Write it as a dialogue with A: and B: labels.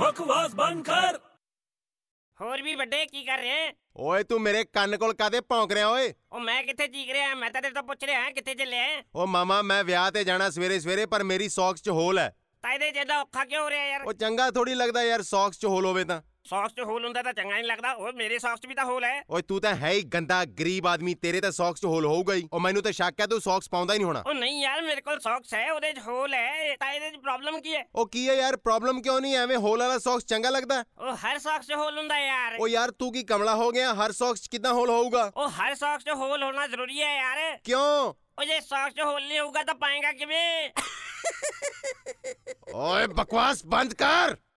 A: ਬਕਵਾਸ ਬੰਦ ਕਰ
B: ਹੋਰ ਵੀ ਵੱਡੇ ਕੀ ਕਰ ਰਹੇ ਆ?
C: ਓਏ ਤੂੰ ਮੇਰੇ ਕੰਨ ਕੋਲ ਕਾਦੇ ਭੌਂਕ ਰਿਹਾ ਓਏ
B: ਉਹ ਮੈਂ ਕਿੱਥੇ ਚੀਕ ਰਿਹਾ ਮੈਂ ਤਾਂ ਤੇਰੇ ਤੋਂ ਪੁੱਛ ਰਿਹਾ ਕਿੱਥੇ ਚੱਲਿਆ ਹੈ?
C: ਓ ਮਾਮਾ ਮੈਂ ਵਿਆਹ ਤੇ ਜਾਣਾ ਸਵੇਰੇ ਸਵੇਰੇ ਪਰ ਮੇਰੀ ਸੌਕਸ 'ਚ ਹੋਲ ਹੈ
B: ਤਾਂ ਇਹਦੇ ਜਿੱਦਾਂ ਔਖਾ ਕਿਉਂ ਹੋ ਰਿਹਾ ਯਾਰ
C: ਓ ਚੰਗਾ ਥੋੜੀ ਲੱਗਦਾ ਯਾਰ ਸੌਕਸ 'ਚ ਹੋਲ ਹੋਵੇ ਤਾਂ
B: ਸੌਕਸ 'ਚ ਹੋਲ ਹੁੰਦਾ ਤਾਂ ਚੰਗਾ ਨਹੀਂ ਲੱਗਦਾ ਓਏ ਮੇਰੇ ਸੌਕਸ 'ਚ ਵੀ ਤਾਂ ਹੋਲ ਹੈ
C: ਓਏ ਤੂੰ ਤਾਂ ਹੈ ਹੀ ਗੰਦਾ ਗਰੀਬ ਆਦਮੀ ਤੇਰੇ ਤਾਂ ਸੌਕਸ 'ਚ ਹੋਲ ਹੋਊਗਾ ਹੀ ਓ ਮੈਨੂੰ ਤਾਂ ਸ਼ੱਕ ਹੈ ਤੂੰ ਸੌਕਸ ਪਾਉਂਦਾ ਹੀ ਨਹੀਂ ਹੋਣਾ
B: ਉਹ ਨਹੀਂ ਯਾਰ ਮੇਰੇ ਕੋਲ ਸੌਕਸ ਹੈ ਉਹਦੇ 'ਚ ਹੋਲ ਹੈ ਤਾਂ ਇਹਦੇ 'ਚ ਪ੍ਰੋਬਲਮ ਕੀ ਹੈ
C: ਓ ਕੀ ਹੈ ਯਾਰ ਪ੍ਰੋਬਲਮ ਕਿਉਂ ਨਹੀਂ ਹੈ? ਐਵੇਂ ਹੋਲ ਵਾਲਾ ਸੌਕਸ ਚੰਗਾ ਲੱਗਦਾ
B: ਉਹ ਹਰ ਸੌਕਸ 'ਚ ਹੋਲ ਹੁੰਦਾ ਯਾਰ
C: ਓ ਯਾਰ ਤੂੰ ਕੀ ਕਮਲਾ ਹੋ ਗਿਆ ਹਰ ਸੌਕਸ 'ਚ ਕਿੱਦਾਂ ਹੋਲ ਹੋਊਗਾ
B: ਉਹ ਹਰ ਸੌਕਸ 'ਚ ਹੋਲ ਹੋਣਾ ਜ਼ਰੂਰੀ ਹੈ ਯਾਰ
C: ਕਿਉਂ
B: ਉਹ ਜੇ ਸੌਕਸ 'ਚ ਹੋਲ ਨਹੀਂ ਹੋਊਗਾ ਤਾਂ ਪਾਏਗਾ ਕਿਵੇਂ
C: ਓਏ ਬਕਵਾਸ ਬੰਦ ਕਰ